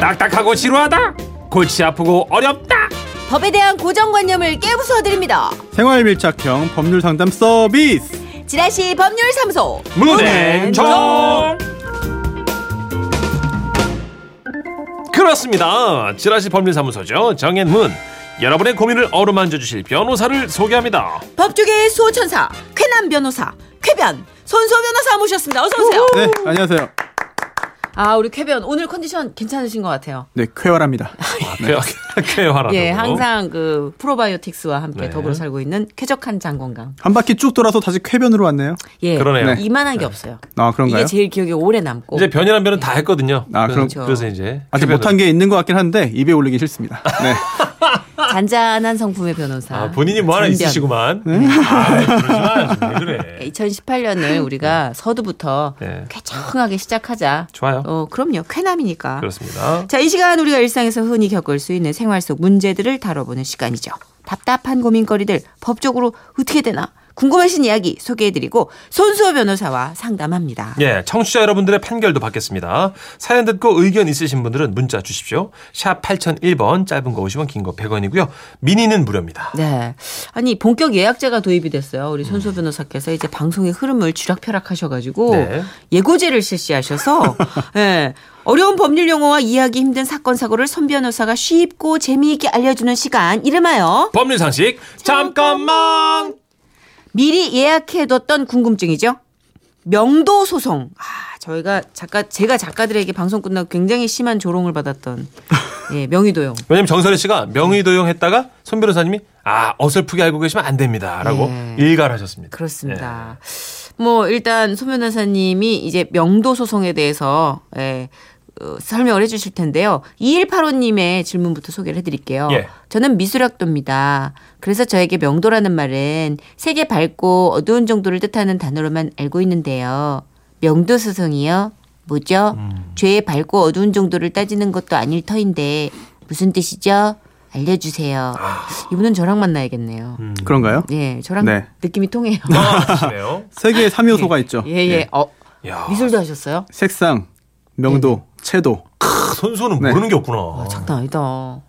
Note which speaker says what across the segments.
Speaker 1: 딱딱하고 지루하다 골치 아프고 어렵다
Speaker 2: 법에 대한 고정관념을 깨부숴드립니다.
Speaker 3: 생활 밀착형 법률 상담 서비스.
Speaker 2: 지라시 법률사무소
Speaker 3: 네,
Speaker 1: 문앤정
Speaker 4: 그렇습니다. 지라시 법률사무소죠. 정앤문. 여러분의 고민을 어루만져 주실 변호사를 소개합니다.
Speaker 2: 법조계의 수호천사 쾌남 변호사 쾌변 손소 변호사 모셨습니다. 어서 오세요.
Speaker 3: 네, 안녕하세요.
Speaker 2: 아 우리 쾌변 오늘 컨디션 괜찮으신 것 같아요.
Speaker 3: 네, 쾌활합니다. 아, 네.
Speaker 4: 쾌활하고.
Speaker 2: 예, 항상 그 프로바이오틱스와 함께
Speaker 4: 아, 네.
Speaker 2: 더불어 살고 있는 쾌적한 장건강.
Speaker 3: 한 바퀴 쭉 돌아서 다시 쾌변으로 왔네요.
Speaker 2: 예,
Speaker 4: 그러네요.
Speaker 3: 네.
Speaker 2: 이만한 게 없어요.
Speaker 3: 아, 그런가요?
Speaker 2: 이게 제일 기억에 오래 남고.
Speaker 4: 이제 변이란 변은 다 했거든요.
Speaker 3: 아,
Speaker 4: 그래서-
Speaker 2: 그렇죠.
Speaker 3: 그럼-
Speaker 4: 그래서 이제
Speaker 3: 아직
Speaker 4: 쾌변으로.
Speaker 3: 못한 게 있는 것 같긴 한데 입에 올리기 싫습니다. 네.
Speaker 2: 잔잔한 성품의 변호사.
Speaker 4: 아, 본인이 뭐 하나
Speaker 2: 잔변. 예,
Speaker 4: 있으시구만.
Speaker 3: 네.
Speaker 4: 아, 그러지 마. 지금 왜 그래.
Speaker 2: 2018년을 우리가 서두부터
Speaker 4: 네.
Speaker 2: 쾌청하게 시작하자.
Speaker 4: 좋아요.
Speaker 2: 어, 그럼요. 쾌남이니까.
Speaker 4: 그렇습니다.
Speaker 2: 자, 이 시간 우리가 일상에서 흔히 겪을 수 있는 생활 속 문제들을 다뤄보는 시간이죠. 답답한 고민거리들 법적으로 어떻게 되나 궁금하신 이야기 소개해드리고 손수호 변호사와 상담합니다.
Speaker 4: 예, 청취자 여러분들의 판결도 받겠습니다. 사연 듣고 의견 있으신 분들은 문자 주십시오. 샵 8001번, 짧은 거 50원, 긴 거 100원이고요. 미니는 무료입니다.
Speaker 2: 네. 아니, 본격 예약제가 도입이 됐어요. 우리 손수 변호사께서 이제 방송의 흐름을 주락펴락하셔가지고
Speaker 4: 네.
Speaker 2: 예고제를 실시하셔서 예, 어려운 법률 용어와 이해하기 힘든 사건, 사고를 손 변호사가 쉽고 재미있게 알려주는 시간 이름하여
Speaker 4: 법률 상식 잠깐만.
Speaker 2: 미리 예약해뒀던 궁금증이죠. 명도 소송. 아, 저희가 작가 제가 작가들에게 방송 끝나고 굉장히 심한 조롱을 받았던 예, 명의도용.
Speaker 4: 왜냐면 정선희 씨가 명의 도용했다가 손 변호사님이 아 어설프게 알고 계시면 안 됩니다라고
Speaker 2: 예.
Speaker 4: 일갈하셨습니다.
Speaker 2: 그렇습니다. 뭐 일단 손 변호사님이 이제 명도 소송에 대해서 예, 어, 설명을 해주실 텐데요. 2185님의 질문부터 소개를 해드릴게요.
Speaker 4: 예.
Speaker 2: 저는 미술학도입니다. 그래서 저에게 명도라는 말은 색의 밝고 어두운 정도를 뜻하는 단어로만 알고 있는데요. 명도 소송이요? 뭐죠? 죄의 밝고 어두운 정도를 따지는 것도 아닐 터인데 무슨 뜻이죠? 알려주세요. 이분은 저랑 만나야겠네요.
Speaker 3: 음. 그런가요?
Speaker 2: 예, 저랑
Speaker 3: 네.
Speaker 2: 느낌이 통해요.
Speaker 4: 예. 하시네요.
Speaker 3: 세계의 3요소가 있죠. 네. 아,
Speaker 2: 예, 예. 어,
Speaker 4: 아, 야,
Speaker 2: 미술도 하셨어요?
Speaker 3: 색상, 명도,
Speaker 2: 예.
Speaker 3: 채도
Speaker 4: 크, 손수는
Speaker 3: 네.
Speaker 4: 모르는 게 없구나.
Speaker 2: 장난 아니다.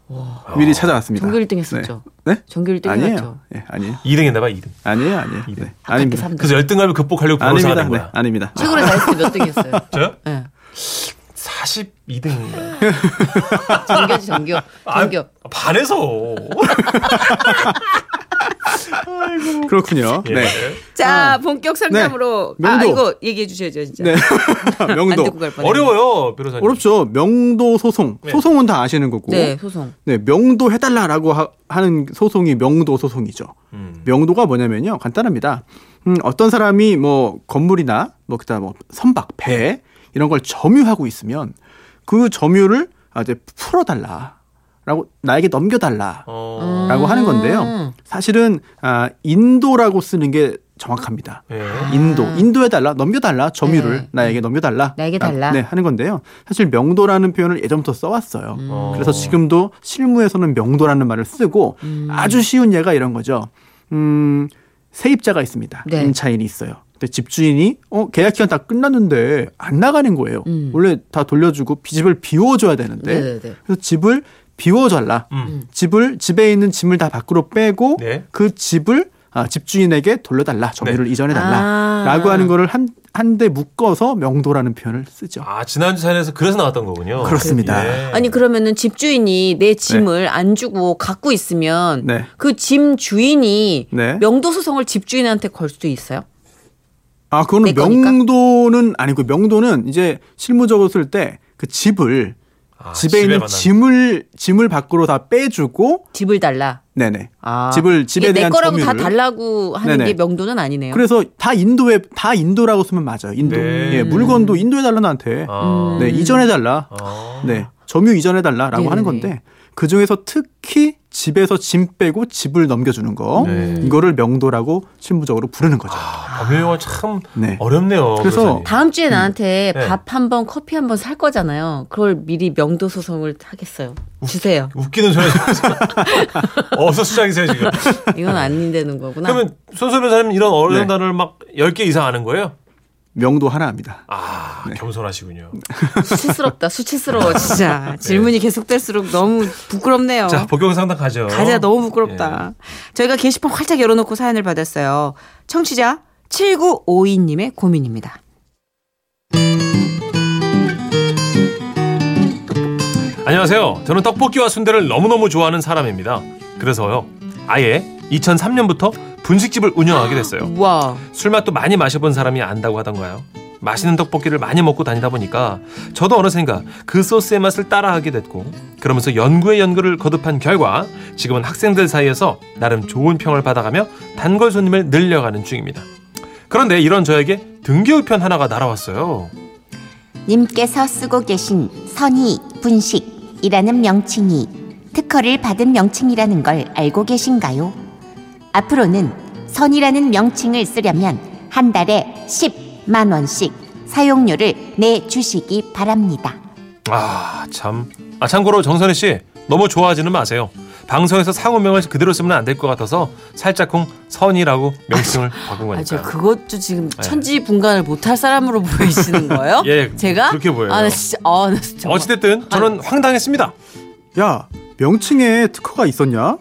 Speaker 2: 와.
Speaker 3: 미리 찾아왔습니다.
Speaker 2: 전교 1등 어. 했었죠.
Speaker 3: 네? 네?
Speaker 2: 전교 1등
Speaker 3: 아니에요.
Speaker 2: 했죠.
Speaker 3: 예, 아니에요.
Speaker 4: 2등 했나 봐, 2등.
Speaker 3: 아니에요, 아니에요. 네.
Speaker 2: 아깝게
Speaker 3: 아닙니다.
Speaker 2: 3등.
Speaker 4: 그래서 열등감을 극복하려고 변호사
Speaker 3: 아닙니다.
Speaker 4: 하는
Speaker 3: 네,
Speaker 4: 거야.
Speaker 3: 아닙니다.
Speaker 2: 최고로 잘했을 때 몇 등이었어요?
Speaker 4: 저요?
Speaker 2: 예.
Speaker 4: 42등.
Speaker 2: 전교지 전교.
Speaker 3: 아,
Speaker 2: 전교.
Speaker 4: 아, 반에서.
Speaker 3: 그렇군요.
Speaker 4: 예.
Speaker 3: 네.
Speaker 2: 자, 본격 상담으로
Speaker 3: 네.
Speaker 2: 아,
Speaker 3: 명도.
Speaker 2: 이거 얘기해 주셔야죠, 진짜.
Speaker 3: 네.
Speaker 2: 안
Speaker 3: 명도.
Speaker 2: 듣고 갈 뻔.
Speaker 4: 어려워요, 변호사님.
Speaker 3: 어렵죠. 명도 소송.
Speaker 4: 네.
Speaker 3: 소송은 다 아시는 거고.
Speaker 2: 네, 소송.
Speaker 3: 네, 명도 해달라라고 하, 는 소송이 명도 소송이죠.
Speaker 4: 음.
Speaker 3: 명도가 뭐냐면요, 간단합니다. 음, 어떤 사람이 뭐 건물이나 뭐 그다음 뭐 선박, 배 이런 걸 점유하고 있으면 그 점유를 아, 이제 풀어달라라고 나에게 넘겨달라라고
Speaker 4: 어.
Speaker 3: 하는 건데요. 사실은 아, 인도라고 쓰는 게 정확합니다.
Speaker 4: 예.
Speaker 3: 아. 인도 인도해달라 넘겨달라 점유를
Speaker 2: 네.
Speaker 3: 나에게 넘겨달라
Speaker 2: 나에게
Speaker 3: 라-
Speaker 2: 달라.
Speaker 3: 네 하는 건데요 사실 명도라는 표현을 예전부터 써왔어요
Speaker 2: 음.
Speaker 4: 어.
Speaker 3: 그래서 지금도 실무에서는 명도라는 말을 쓰고
Speaker 2: 음.
Speaker 3: 아주 쉬운 예가 이런 거죠 음 세입자가 있습니다
Speaker 2: 네.
Speaker 3: 임차인이 있어요 근데 집주인이 어 계약 기간 다 끝났는데 안 나가는 거예요 원래 다 돌려주고 비- 집을 비워줘야 되는데
Speaker 2: 음. 네, 네, 네.
Speaker 3: 그래서 집을 비워달라
Speaker 4: 음.
Speaker 3: 집을 집에 있는 짐을 다 밖으로 빼고
Speaker 4: 네.
Speaker 3: 그 집을 아, 집주인에게 돌려달라 점유를
Speaker 2: 아.
Speaker 3: 이전해달라라고 하는 거를 한 한데 묶어서 명도라는 표현을 쓰죠.
Speaker 4: 아, 지난주 사연에서 그래서 나왔던 거군요.
Speaker 3: 그렇습니다.
Speaker 4: 예.
Speaker 2: 네. 아니 그러면은 집주인이 내 짐을 안 주고 갖고 있으면
Speaker 3: 네.
Speaker 2: 그 짐 주인이
Speaker 3: 네.
Speaker 2: 명도 소송을 집주인한테 걸 수도 있어요?
Speaker 3: 아
Speaker 2: 내
Speaker 3: 그거는
Speaker 2: 거니까?
Speaker 3: 명도는 아니고 명도는 이제 실무적으로 쓸 때 그 집을
Speaker 4: 아,
Speaker 3: 집에 있는
Speaker 4: 집에만
Speaker 3: 짐을 짐을 밖으로 다 빼주고
Speaker 2: 집을 달라.
Speaker 3: 네네
Speaker 2: 아,
Speaker 3: 집을 집에
Speaker 2: 이게
Speaker 3: 대한
Speaker 2: 내 거라고
Speaker 3: 점유를
Speaker 2: 다 달라고 하는
Speaker 3: 네네.
Speaker 2: 게 명도는 아니네요.
Speaker 3: 그래서 다 인도에 다 인도라고 쓰면 맞아요. 인도
Speaker 4: 네.
Speaker 3: 예, 물건도 인도해달라 나한테
Speaker 4: 아.
Speaker 3: 네 이전해달라
Speaker 4: 아.
Speaker 3: 네. 점유 이전해
Speaker 2: 음.
Speaker 3: 달라라고
Speaker 2: 네네네.
Speaker 3: 하는 건데 그 중에서 특히 집에서 짐 빼고 집을 넘겨주는 거
Speaker 4: 네.
Speaker 3: 이거를 명도라고 실무적으로 부르는 거죠.
Speaker 4: 아, 법률 용어 참
Speaker 3: 네.
Speaker 4: 어렵네요.
Speaker 3: 그래서
Speaker 4: 변호사님.
Speaker 2: 다음 주에 나한테
Speaker 4: 네.
Speaker 2: 밥 한 번, 커피 한 번 살 거잖아요. 그걸 미리 명도 소송을 하겠어요. 주세요.
Speaker 4: 웃기는 소리 하지 마세요. 어서 수장이세요 지금.
Speaker 2: 네. 이건 안 되는 거구나.
Speaker 4: 그러면 손소 변호사님 이런 어려운
Speaker 3: 네.
Speaker 4: 단어를 막 10개 이상 아는 거예요?
Speaker 3: 명도 하나입니다.
Speaker 4: 아,
Speaker 3: 네.
Speaker 4: 겸손하시군요.
Speaker 2: 수치스럽다. 수치스러워. 진짜. 질문이 계속될수록 너무 부끄럽네요.
Speaker 4: 예. 자, 어? 예. 복용 상담 가죠.
Speaker 2: 어. 가자 너무 부끄럽다. 저희가 게시판 활짝 열어놓고 사연을 받았어요. 청취자 7952님의 고민입니다.
Speaker 4: 안녕하세요. 저는 떡볶이와 순대를 너무너무 좋아하는 사람입니다. 그래서요. 아예 2003년부터 분식집을 운영하게 됐어요.
Speaker 2: 우와.
Speaker 4: 술맛도 많이 마셔본 사람이 안다고 하던가요? 맛있는 떡볶이를 많이 먹고 다니다 보니까 저도 어느샌가 그 소스의 맛을 따라하게 됐고 그러면서 연구의 연구를 거듭한 결과 지금은 학생들 사이에서 나름 좋은 평을 받아가며 단골 손님을 늘려가는 중입니다. 그런데 이런 저에게 등교우편 하나가 날아왔어요.
Speaker 5: 님께서 쓰고 계신 선의 분식이라는 명칭이 특허를 받은 명칭이라는 걸 알고 계신가요? 앞으로는 선이라는 명칭을 쓰려면 한 달에 10만 원씩 사용료를 내 주시기 바랍니다.
Speaker 4: 아 참. 아 참고로 정선희 씨 너무 좋아하지는 마세요. 방송에서 상호명을 그대로 쓰면 안 될 것 같아서 살짝쿵 선이라고 명칭을 바꾼
Speaker 2: 아,
Speaker 4: 거니까요.
Speaker 2: 저 그것도 지금 천지 분간을 못할 사람으로 보이시는 거예요?
Speaker 4: 예,
Speaker 2: 제가?
Speaker 4: 그렇게 보여요.
Speaker 2: 아, 나 진짜, 아, 나 진짜.
Speaker 4: 어찌됐든
Speaker 2: 아.
Speaker 4: 저는 황당했습니다.
Speaker 3: 야, 명칭에 특허가 있었냐?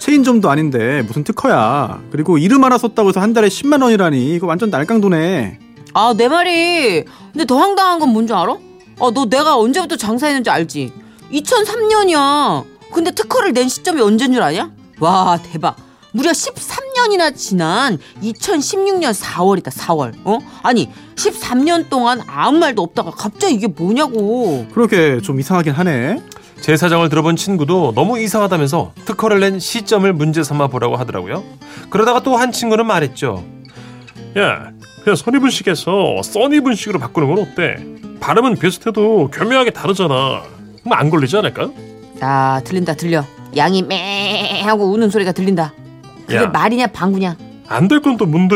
Speaker 3: 체인점도 아닌데 무슨 특허야. 그리고 이름 하나 썼다고 해서 한 달에 10만 원이라니. 이거 완전 날강도네.
Speaker 2: 아, 내 말이. 근데 더 황당한 건 뭔 줄 알아? 아, 너 내가 언제부터 장사했는지 알지? 2003년이야. 근데 특허를 낸 시점이 언제인 줄 아냐? 와, 대박. 무려 13년이나 지난 2016년 4월이다, 4월. 어? 아니, 13년 동안 아무 말도 없다가 갑자기 이게 뭐냐고.
Speaker 3: 그러게 좀 이상하긴 하네.
Speaker 4: 제 사정을 들어본 친구도 너무 이상하다면서 특허를 낸 시점을 문제 삼아 보라고 하더라고요. 그러다가 또 한 친구는 말했죠.
Speaker 6: 야, 그냥 선의분식에서 써니분식으로 바꾸는 건 어때? 발음은 비슷해도 교묘하게 다르잖아. 그럼 안 걸리지 않을까?
Speaker 2: 아, 들린다, 들려. 양이 매 하고 우는 소리가 들린다. 그게
Speaker 6: 야.
Speaker 2: 말이냐, 방구냐.
Speaker 6: 안 될 건 또 뭔데?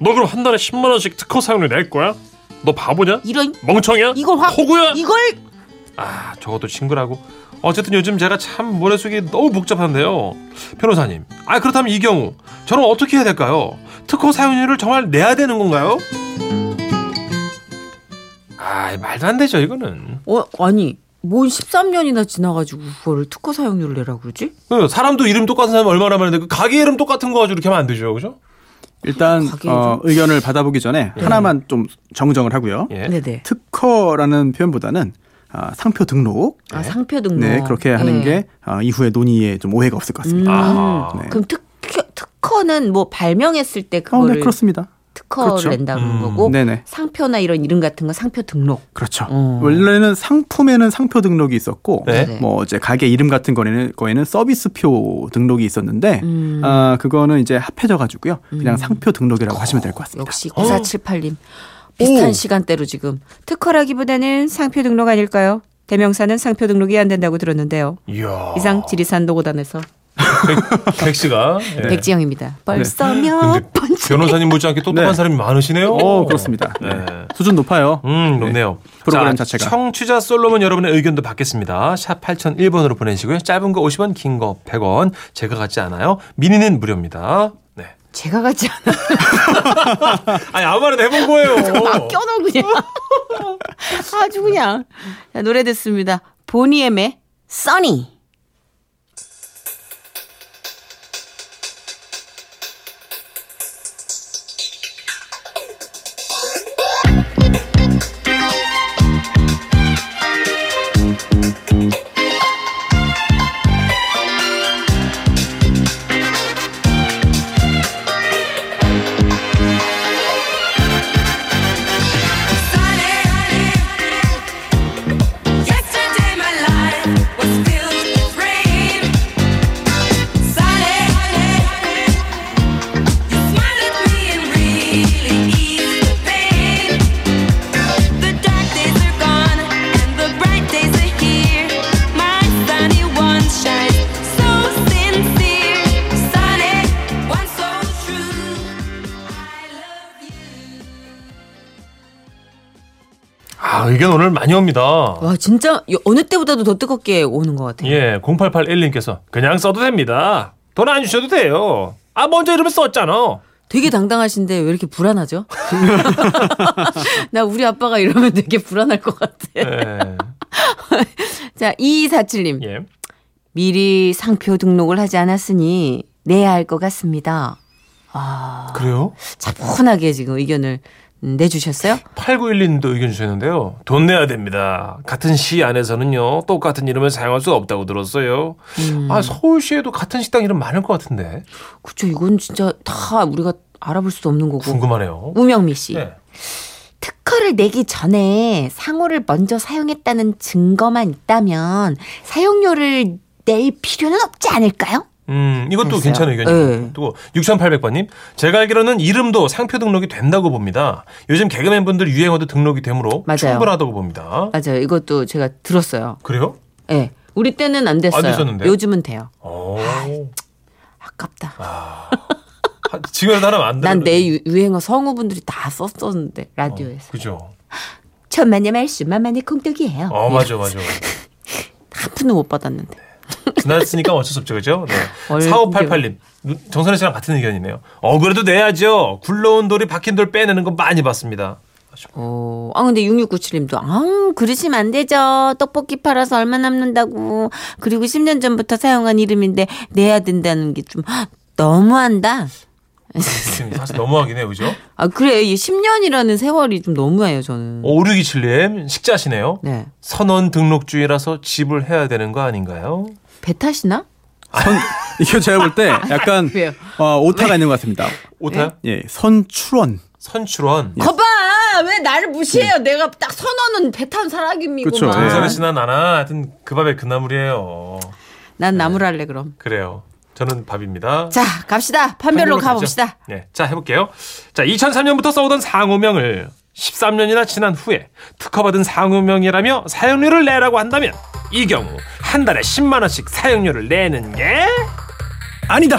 Speaker 6: 너 그럼 한 달에 10만 원씩 특허 사용료 낼 거야? 너 바보냐?
Speaker 2: 이런,
Speaker 6: 멍청이야?
Speaker 2: 이걸 확,
Speaker 6: 호구야?
Speaker 2: 이걸
Speaker 4: 아, 저것도 친구라고. 어쨌든 요즘 제가 참 모래속이 너무 복잡한데요. 변호사님. 아, 그렇다면 이 경우 저는 어떻게 해야 될까요? 특허 사용료를 정말 내야 되는 건가요? 아, 말도 안 되죠, 이거는.
Speaker 2: 어, 아니, 뭔 13년이나 지나가지고 그거를 특허 사용료를 내라고 그러지?
Speaker 4: 그 사람도 이름 똑같은 사람 얼마나 많은데 그 가게 이름 똑같은 거 가지고 이렇게 하면 안 되죠, 그죠?
Speaker 3: 일단
Speaker 2: 가게 예.
Speaker 3: 어, 의견을 받아보기 전에 하나만 좀 정정을 하고요.
Speaker 4: 예.
Speaker 2: 네네.
Speaker 3: 특허라는 표현보다는 아, 상표 등록.
Speaker 2: 아, 상표 등록.
Speaker 3: 네, 그렇게 하는
Speaker 2: 예.
Speaker 3: 게 아, 이후에 논의에 좀 오해가 없을 것 같습니다.
Speaker 4: 아.
Speaker 3: 네.
Speaker 2: 음. 그럼 특허, 특허는 뭐 발명했을 때
Speaker 3: 어,
Speaker 2: 그거를
Speaker 3: 네, 그렇습니다.
Speaker 2: 특허를
Speaker 3: 그렇죠.
Speaker 2: 낸다고
Speaker 4: 음.
Speaker 2: 거고
Speaker 3: 네네.
Speaker 2: 상표나 이런 이름 같은 건 상표 등록.
Speaker 3: 그렇죠.
Speaker 2: 어.
Speaker 3: 원래는 상품에는 상표 등록이 있었고,
Speaker 4: 네.
Speaker 2: 네.
Speaker 3: 뭐 이제 가게 이름 같은 거에는, 거에는 서비스표 등록이 있었는데,
Speaker 2: 음.
Speaker 3: 아 그거는 이제 합해져 가지고요. 그냥
Speaker 2: 음.
Speaker 3: 상표
Speaker 4: 어,
Speaker 3: 등록이라고 하시면 될 것 같습니다.
Speaker 2: 역시 9478님. 비슷한 시간대로 지금 특허라기보다는 상표 등록 아닐까요? 대명사는 상표 등록이 안 된다고 들었는데요.
Speaker 4: 이야.
Speaker 2: 이상 지리산 노고단에서
Speaker 4: 백 씨가 어, 예.
Speaker 2: 백지영입니다. 벌써
Speaker 4: 근데
Speaker 2: 몇 번째.
Speaker 4: 변호사님 못지않게 똑똑한
Speaker 3: 네.
Speaker 4: 사람이 많으시네요.
Speaker 3: 어 그렇습니다. 네.
Speaker 4: 네.
Speaker 3: 수준 높아요.
Speaker 4: 음, 높네요.
Speaker 3: 프로그램
Speaker 4: 자,
Speaker 3: 자체가.
Speaker 4: 청취자 솔로몬 여러분의 의견도 받겠습니다. 샵 8001번으로 보내시고요. 짧은 거 50원, 긴 거 100원. 제가 같지 않아요. 미니는 무료입니다. 네.
Speaker 2: 제가 같지 않아.
Speaker 4: 아니, 아무 말이나 해본 거예요.
Speaker 2: 껴넣어 그냥. 아주 그냥. 자, 노래 듣습니다. 보니엠의 써니.
Speaker 4: 아, 의견 오늘 많이 옵니다.
Speaker 2: 와, 진짜 어느 때보다도 더 뜨겁게 오는 것 같아요.
Speaker 4: 예, 0881님께서 그냥 써도 됩니다. 돈 안 주셔도 돼요. 아, 먼저 이름을 썼잖아.
Speaker 7: 되게 당당하신데 왜 이렇게 불안하죠? 나 우리 아빠가 이러면 되게 불안할 것 같아.
Speaker 4: 예.
Speaker 2: 자, 2247님.
Speaker 4: 예.
Speaker 2: 미리 상표 등록을 하지 않았으니 내야 할 것 같습니다. 아,
Speaker 4: 그래요?
Speaker 2: 차분하게 지금 의견을 음, 내주셨어요.
Speaker 4: 8912님도 의견 주셨는데요. 돈 내야 됩니다. 같은 시 안에서는요. 똑같은 이름을 사용할 수 없다고 들었어요.
Speaker 7: 음.
Speaker 4: 아, 서울시에도 같은 식당 이름 많을 것 같은데.
Speaker 7: 그쵸, 이건 진짜 다 우리가 알아볼 수도 없는 거고.
Speaker 4: 궁금하네요.
Speaker 2: 우명미 씨.
Speaker 4: 네.
Speaker 5: 특허를 내기 전에 상호를 먼저 사용했다는 증거만 있다면 사용료를 낼 필요는 없지 않을까요?
Speaker 4: 음, 이것도 괜찮은
Speaker 7: 네.
Speaker 4: 의견이고. 또 6808번님, 제가 알기로는 이름도 상표 등록이 된다고 봅니다. 요즘 개그맨분들 유행어도 등록이 되므로
Speaker 7: 맞아요.
Speaker 4: 충분하다고 봅니다.
Speaker 7: 맞아요. 이것도 제가 들었어요.
Speaker 4: 그래요?
Speaker 7: 예. 우리 때는 안 됐어요.
Speaker 4: 안 됐었는데요?
Speaker 7: 요즘은 돼요.
Speaker 4: 어.
Speaker 7: 아, 아깝다.
Speaker 4: 하- 지금이라도 하나 만들어.
Speaker 7: 난 내 유행어 성우분들이 다 썼었는데 라디오에서.
Speaker 4: 어, 그죠.
Speaker 5: 천만의 말씀 만만의 콩떡이에요.
Speaker 4: 어, 맞아, 맞아.
Speaker 7: 한 푼도 못 받았는데.
Speaker 4: 지났으니까 어쩔 수 없죠, 그죠? 네.
Speaker 7: 얼-
Speaker 4: 4588님. 정선혜 씨랑 같은 의견이네요. 어, 그래도 내야죠. 굴러온 돌이 박힌 돌 빼내는 거 많이 봤습니다.
Speaker 7: 어, 아 근데 6697님도 아 그러시면 안 되죠. 떡볶이 팔아서 얼마 남는다고. 그리고 10년 전부터 사용한 이름인데 내야 된다는 게 좀 너무한다.
Speaker 4: 지금 사실 너무하긴 해요, 그죠?
Speaker 7: 아 그래 이 10년이라는 세월이 좀 너무해요 저는.
Speaker 4: 5627님, 식자시네요.
Speaker 7: 네.
Speaker 4: 선원 등록주의라서 집을 해야 되는 거 아닌가요?
Speaker 7: 배 타시나?
Speaker 3: 선 이거 제가 볼 때 약간
Speaker 7: 왜요?
Speaker 3: 어, 오타가 있는 것 같습니다.
Speaker 4: 오타요?
Speaker 3: 예, 선출원.
Speaker 4: 네. 선출원.
Speaker 3: 예.
Speaker 2: 예.
Speaker 7: 거봐 왜 나를 무시해요. 내가 딱 선언은 배 탄 사람이고.
Speaker 3: 네. 그쵸, 예.
Speaker 2: 네.
Speaker 4: 정선혜 씨는 나나 하여튼 그 밥에 그 나물이에요.
Speaker 7: 난
Speaker 3: 네.
Speaker 7: 나무랄래 그럼.
Speaker 4: 그래요. 저는 밥입니다.
Speaker 7: 자 갑시다 판별로
Speaker 4: 가죠.
Speaker 7: 가봅시다.
Speaker 4: 네, 자 해볼게요. 자, 2003년부터 써오던 상호명을 13년이나 지난 후에 특허받은 상호명이라며 사용료를 내라고 한다면 이 경우 한 달에 10만 원씩 사용료를 내는 게
Speaker 3: 아니다.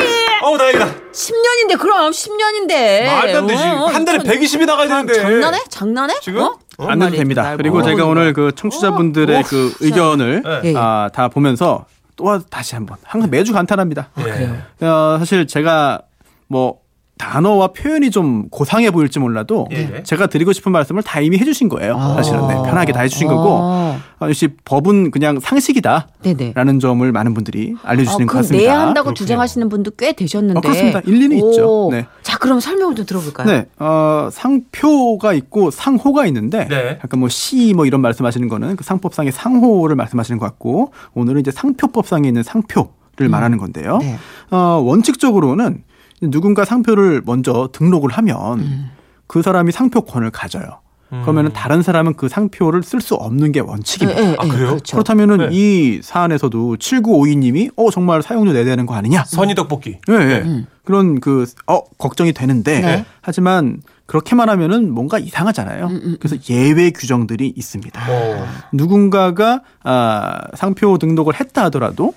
Speaker 4: 예! 어우 다행이다.
Speaker 7: 10년인데 그럼 10년인데. 어?
Speaker 4: 말도 안 되지.
Speaker 7: 뭐,
Speaker 4: 한 달에 120이 나가야 되는데.
Speaker 7: 장난해? 장난해?
Speaker 4: 지금?
Speaker 7: 어?
Speaker 3: 안 해도
Speaker 7: 말이
Speaker 3: 됩니다.
Speaker 7: 날
Speaker 3: 그리고
Speaker 7: 먹어.
Speaker 3: 제가 오늘 그 청취자분들의 그 의견을
Speaker 4: 네.
Speaker 7: 예.
Speaker 3: 아, 다 보면서 또 다시 한번 항상 매주 감탄합니다.
Speaker 7: 뭐,
Speaker 4: 네.
Speaker 3: 어, 사실 제가 뭐 단어와 표현이 좀 고상해 보일지 몰라도
Speaker 4: 예.
Speaker 3: 제가 드리고 싶은 말씀을 다 이미 해주신 거예요. 사실은 네, 편하게 다 해주신 거고
Speaker 7: 아,
Speaker 3: 아, 역시 법은 그냥 상식이다라는
Speaker 7: 네네.
Speaker 3: 점을 많은 분들이 알려주시는
Speaker 7: 아,
Speaker 3: 것
Speaker 7: 그럼
Speaker 3: 같습니다.
Speaker 7: 내야 한다고
Speaker 4: 그렇군요.
Speaker 7: 주장하시는 분도 꽤 되셨는데.
Speaker 3: 어, 그렇습니다. 일리는
Speaker 7: 오.
Speaker 3: 있죠. 네.
Speaker 7: 자, 그럼 설명을 좀 들어볼까요?
Speaker 3: 네, 어, 상표가 있고 상호가 있는데
Speaker 4: 네.
Speaker 3: 약간 뭐 시 뭐 이런 말씀하시는 거는 그 상법상의 상호를 말씀하시는 것 같고 오늘은 이제 상표법상에 있는 상표를 말하는 건데요.
Speaker 7: 네.
Speaker 3: 어, 원칙적으로는 누군가 상표를 먼저 등록을 하면
Speaker 7: 음.
Speaker 3: 그 사람이 상표권을 가져요.
Speaker 4: 음.
Speaker 3: 그러면 다른 사람은 그 상표를 쓸 수 없는 게 원칙입니다.
Speaker 7: 예, 예,
Speaker 4: 아, 그래요?
Speaker 7: 그렇죠.
Speaker 4: 네.
Speaker 3: 그렇다면은 이 사안에서도 7952님이 어 정말 사용료 내야 되는 거 아니냐?
Speaker 4: 선이 떡볶이.
Speaker 3: 예, 예. 그런 그, 어, 걱정이 되는데,
Speaker 7: 음. 네. 음,
Speaker 3: 하지만 그렇게만 하면은 뭔가 이상하잖아요. 그래서 예외 규정들이 있습니다.
Speaker 4: 어.
Speaker 3: 누군가가 아, 상표 등록을 했다 하더라도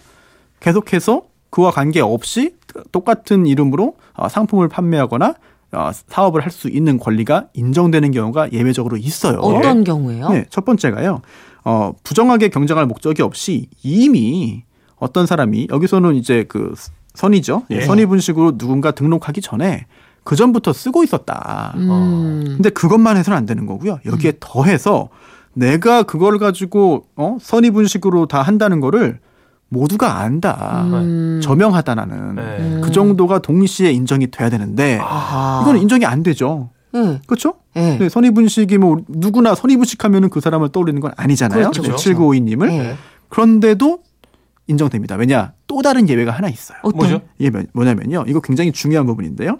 Speaker 3: 계속해서 그와 관계없이 똑같은 이름으로 어, 상품을 판매하거나 어, 사업을 할 수 있는 권리가 인정되는 경우가 예외적으로 있어요.
Speaker 7: 어떤 경우예요?
Speaker 3: 네, 첫 번째가요. 어, 부정하게 경쟁할 목적이 없이 이미 어떤 사람이 여기서는 이제 그 선이죠.
Speaker 7: 네.
Speaker 3: 예, 선의 분식으로 누군가 등록하기 전에 그 전부터 쓰고 있었다.
Speaker 7: 음.
Speaker 3: 근데 그것만 해서는 안 되는 거고요. 여기에 더해서 내가 그걸 가지고 어? 선의 분식으로 다 한다는 거를 모두가 안다.
Speaker 7: 음.
Speaker 3: 저명하다 나는.
Speaker 4: 네.
Speaker 3: 그 정도가 동시에 인정이 돼야 되는데
Speaker 7: 아하.
Speaker 3: 이건 인정이 안 되죠.
Speaker 7: 예,
Speaker 3: 그렇죠?
Speaker 7: 예.
Speaker 3: 네, 선의분식이 뭐 누구나 선의분식하면은 그 사람을 떠올리는 건 아니잖아요.
Speaker 7: 그렇죠,
Speaker 3: 네,
Speaker 7: 그렇죠.
Speaker 3: 7952님을
Speaker 7: 예.
Speaker 3: 그런데도 인정됩니다. 왜냐 또 다른 예외가 하나 있어요.
Speaker 7: 어떤?
Speaker 4: 뭐죠?
Speaker 3: 이게 뭐- 뭐냐면요. 이거 굉장히 중요한 부분인데요.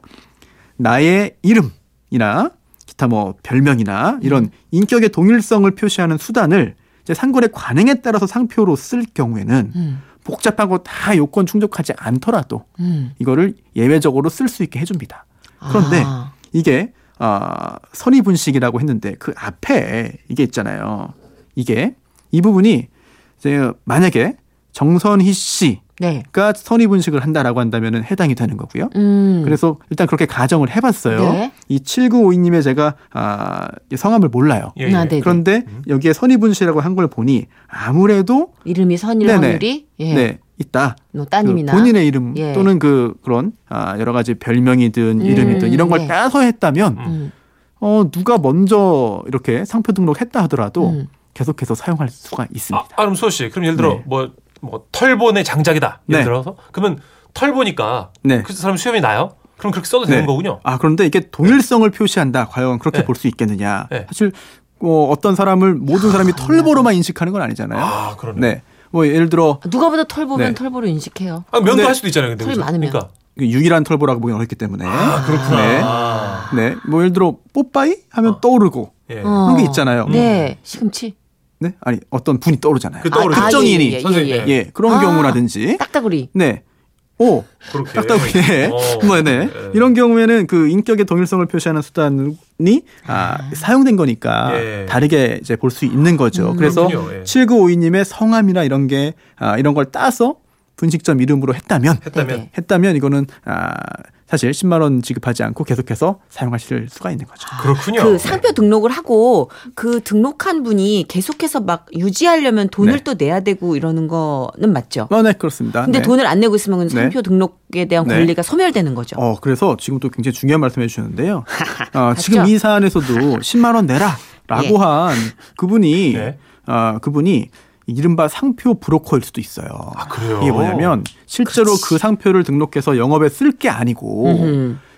Speaker 3: 나의 이름이나 기타 뭐 별명이나 이런 인격의 동일성을 표시하는 수단을 이제 상권의 관행에 따라서 상표로 쓸 경우에는 복잡하고 다 요건 충족하지 않더라도
Speaker 7: 음.
Speaker 3: 이거를 예외적으로 쓸 수 있게 해줍니다. 그런데
Speaker 7: 아.
Speaker 3: 이게 아, 선의 분식이라고 했는데 그 앞에 이게 있잖아요. 이게 이 부분이 이제 만약에 정선희 씨
Speaker 8: 네.
Speaker 3: 가 선의분식을 한다라고 한다면 해당이 되는 거고요.
Speaker 8: 음.
Speaker 3: 그래서 일단 그렇게 가정을 해봤어요.
Speaker 8: 네.
Speaker 3: 이 7952님의 제가 아, 성함을 몰라요.
Speaker 4: 예, 예.
Speaker 8: 아, 네네.
Speaker 3: 그런데 여기에 선의분식이라고 한 걸 보니 아무래도
Speaker 8: 이름이 선일
Speaker 3: 네네.
Speaker 8: 확률이 예.
Speaker 3: 네 있다.
Speaker 8: 뭐
Speaker 3: 그
Speaker 8: 따님이나
Speaker 3: 본인의 이름
Speaker 8: 예.
Speaker 3: 또는 그 그런 아, 여러 가지 별명이든 이름이든 이런 걸
Speaker 8: 네.
Speaker 3: 따서 했다면
Speaker 8: 음.
Speaker 3: 어, 누가 먼저 이렇게 상표 등록했다 하더라도
Speaker 8: 음.
Speaker 3: 계속해서 사용할 수가
Speaker 4: 아,
Speaker 3: 있습니다.
Speaker 4: 아, 그럼 수호 씨, 그럼 예를 들어
Speaker 3: 네.
Speaker 4: 뭐, 뭐 털본의 장작이다. 예를
Speaker 3: 네.
Speaker 4: 들어서 그러면 털보니까
Speaker 3: 네.
Speaker 4: 그 사람 수염이 나요? 그럼 그렇게 써도 되는
Speaker 3: 네.
Speaker 4: 거군요.
Speaker 3: 아 그런데 이게 동일성을 표시한다. 과연 그렇게
Speaker 4: 네.
Speaker 3: 볼 수 있겠느냐?
Speaker 4: 네.
Speaker 3: 사실 어, 어떤 사람을 모든 사람이 털보로만 인식하는 건 아니잖아요.
Speaker 4: 아, 그러네.
Speaker 3: 네. 뭐 예를 들어
Speaker 8: 누가 보다 털 보면
Speaker 3: 네.
Speaker 8: 털보로 인식해요.
Speaker 4: 아, 면도
Speaker 3: 네.
Speaker 4: 할 수도 있잖아요. 근데
Speaker 8: 털이
Speaker 4: 그죠?
Speaker 8: 많으면.
Speaker 4: 그러니까
Speaker 3: 그 유일한 털보라고 보기 어렵기 때문에. 아,
Speaker 4: 그렇구나.
Speaker 3: 네. 네. 뭐 예를 들어 뽀빠이 하면
Speaker 4: 어.
Speaker 3: 떠오르고
Speaker 4: 예.
Speaker 8: 어.
Speaker 3: 그런 게 있잖아요.
Speaker 8: 네. 시금치.
Speaker 3: 네. 아니 어떤 분이 떠오르잖아요.
Speaker 4: 그 떠오르죠.
Speaker 3: 특정인이
Speaker 8: 예, 예,
Speaker 4: 선생님.
Speaker 8: 예, 예.
Speaker 3: 예. 그런
Speaker 8: 아.
Speaker 3: 경우라든지.
Speaker 8: 딱따구리.
Speaker 3: 네. 오,
Speaker 4: 그렇게.
Speaker 3: 딱딱하게.
Speaker 4: 어.
Speaker 3: 뭐, 네.
Speaker 4: 예.
Speaker 3: 이런 경우에는 그 인격의 동일성을 표시하는 수단이 아, 사용된 거니까
Speaker 4: 예.
Speaker 3: 다르게 이제 볼 수 있는
Speaker 2: 음,
Speaker 3: 거죠. 그래서
Speaker 4: 그렇군요. 예.
Speaker 3: 7952님의 성함이나 이런 게 아, 이런 걸 따서 분식점 이름으로 했다면
Speaker 2: 네.
Speaker 4: 했다면
Speaker 3: 했다면 이거는 아, 사실 10만 원 지급하지 않고 계속해서 사용하실 수가 있는 거죠.
Speaker 4: 그렇군요. 예.
Speaker 2: 그 상표 등록을 하고 그 등록한 분이 계속해서 막 유지하려면 돈을
Speaker 3: 네.
Speaker 2: 또 내야 되고 이러는 거는 맞죠.
Speaker 3: 아, 네, 그렇습니다.
Speaker 2: 근데
Speaker 3: 네.
Speaker 2: 돈을 안 내고 있으면
Speaker 3: 네.
Speaker 2: 상표 등록에 대한
Speaker 3: 네.
Speaker 2: 권리가 소멸되는 거죠.
Speaker 3: 어, 그래서 지금 또 굉장히 중요한 말씀 해주셨는데요. 어, 지금
Speaker 2: 봤죠? 예.
Speaker 3: 이 사안에서도 10만 원 내라 라고 한 그분이,
Speaker 4: 네.
Speaker 3: 어, 그분이 이른바 상표 브로커일 수도 있어요.
Speaker 4: 아, 그래요?
Speaker 3: 이게 뭐냐면 실제로 그 상표를 등록해서 영업에 쓸 게 아니고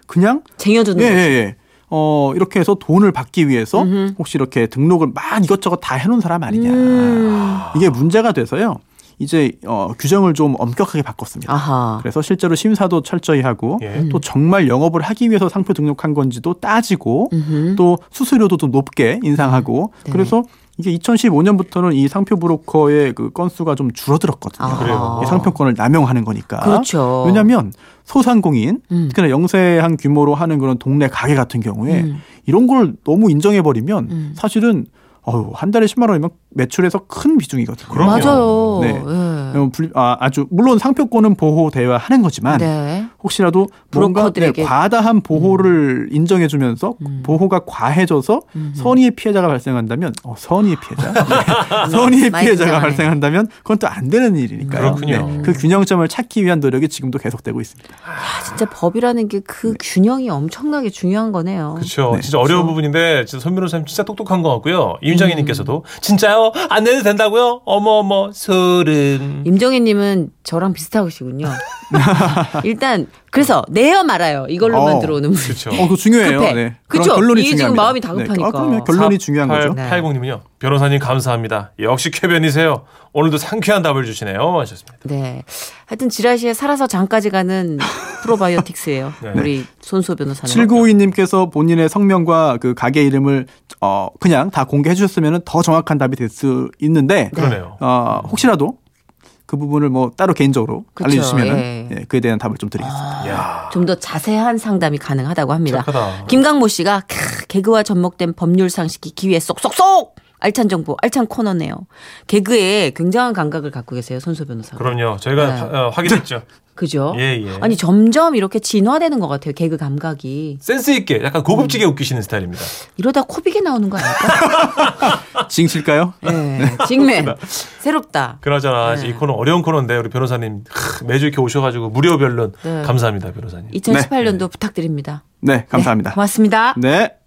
Speaker 3: 그냥
Speaker 2: 쟁여두는
Speaker 3: 예,
Speaker 2: 거죠.
Speaker 3: 예, 예. 어, 이렇게 해서 돈을 받기 위해서 혹시 이렇게 등록을 막 이것저것 다 해놓은 사람 아니냐.
Speaker 2: 음.
Speaker 3: 이게 문제가 돼서요. 이제 어, 규정을 좀 엄격하게 바꿨습니다.
Speaker 2: 아하.
Speaker 3: 그래서 실제로 심사도 철저히 하고
Speaker 4: 예.
Speaker 3: 또 정말 영업을 하기 위해서 상표 등록한 건지도 따지고 또 수수료도 좀 높게 인상하고
Speaker 2: 음. 네.
Speaker 3: 그래서 이게 2015년부터는 이 상표 브로커의 그 건수가 좀 줄어들었거든요.
Speaker 4: 그래요.
Speaker 3: 이 상표권을 남용하는 거니까.
Speaker 2: 아. 그렇죠. 음.
Speaker 3: 왜냐하면 소상공인, 특히나 영세한 규모로 하는 그런 동네 가게 같은 경우에
Speaker 2: 음.
Speaker 3: 이런 걸 너무 인정해 버리면 사실은 어우 한 달에 10만 원이면 매출에서 큰 비중이거든요.
Speaker 4: 그럼요.
Speaker 2: 맞아요.
Speaker 3: 네.
Speaker 2: 예.
Speaker 3: 어, 불- 아, 아주 물론 상표권은 보호되어야 하는 거지만
Speaker 2: 네.
Speaker 3: 혹시라도 뭔가 네,
Speaker 2: 브로커들에게. 음.
Speaker 3: 과다한 보호를 인정해주면서 보호가 과해져서 선의의 피해자가 발생한다면 어, 선의의 피해자
Speaker 2: 음.
Speaker 3: 네. 선의의
Speaker 2: 많이
Speaker 3: 피해자가
Speaker 2: 불쌍하네.
Speaker 3: 발생한다면 그건 또 안 되는 일이니까요.
Speaker 4: 그렇군요.
Speaker 3: 그 균형점을 찾기 위한 노력이 지금도 계속되고 있습니다.
Speaker 2: 아, 진짜 법이라는 게 그 균형이 엄청나게 중요한 거네요.
Speaker 4: 그렇죠. 진짜 어려운 부분인데 진짜 손 변호사님 진짜 똑똑한 것 같고요. 임장희님께서도
Speaker 8: 음.
Speaker 4: 진짜요? 안 내도 된다고요? 어머 어머 소름.
Speaker 2: 음. 임정희님은 저랑 비슷하시군요. 일단 그래서 내요 말아요 이걸로만
Speaker 3: 어,
Speaker 2: 들어오는 분.
Speaker 4: 그렇죠.
Speaker 3: 어, 그거 중요해요.
Speaker 2: 급해.
Speaker 3: 네.
Speaker 2: 그쵸?
Speaker 3: 그런 결론이
Speaker 2: 이게 지금
Speaker 3: 중요합니다.
Speaker 2: 마음이
Speaker 3: 네.
Speaker 2: 다급하니까. 네.
Speaker 3: 아, 그럼요. 결론이 중요한 거죠.
Speaker 4: 8080님은요. 변호사님 감사합니다. 역시 쾌변이세요. 오늘도 상쾌한 답을 주시네요. 하셨습니다.
Speaker 2: 네. 하여튼 지라시에 살아서 장까지 가는 프로바이오틱스예요.
Speaker 4: 네.
Speaker 2: 우리 손소 변호사님.
Speaker 3: 7952님께서 본인의 성명과 그 가게 이름을 어, 그냥 다 공개해 주셨으면 더 정확한 답이 될 수 있는데
Speaker 4: 그러네요.
Speaker 3: 어, 혹시라도 그 부분을 뭐 따로 개인적으로
Speaker 2: 그쵸,
Speaker 3: 알려주시면
Speaker 2: 예.
Speaker 3: 은 그에 대한 답을 좀 드리겠습니다.
Speaker 4: 이야.
Speaker 2: 좀 더 자세한 상담이 가능하다고 합니다.
Speaker 4: 착하다.
Speaker 2: 김강모 씨가 캬, 개그와 접목된 법률 상식이 기회에 쏙쏙쏙 알찬 정보, 알찬 코너네요. 개그에 굉장한 감각을 갖고 계세요, 손소 변호사.
Speaker 4: 그럼요. 저희가 어, 확인했죠.
Speaker 2: 그죠?
Speaker 4: 예, 예.
Speaker 2: 아니 점점 이렇게 진화되는 것 같아요. 개그 감각이
Speaker 4: 센스 있게 약간 고급지게 웃기시는 스타일입니다.
Speaker 2: 이러다 코빅에 나오는 거 아닐까?
Speaker 3: 징실까요?
Speaker 2: 예, 직맨 새롭다.
Speaker 4: 그나저나
Speaker 2: 네.
Speaker 4: 이 코너 어려운 코너인데 우리 변호사님 크, 매주 이렇게 오셔가지고 무료 변론
Speaker 2: 네.
Speaker 4: 감사합니다, 변호사님.
Speaker 2: 2018년도 부탁드립니다.
Speaker 3: 네, 감사합니다.
Speaker 2: 고맙습니다.
Speaker 3: 네.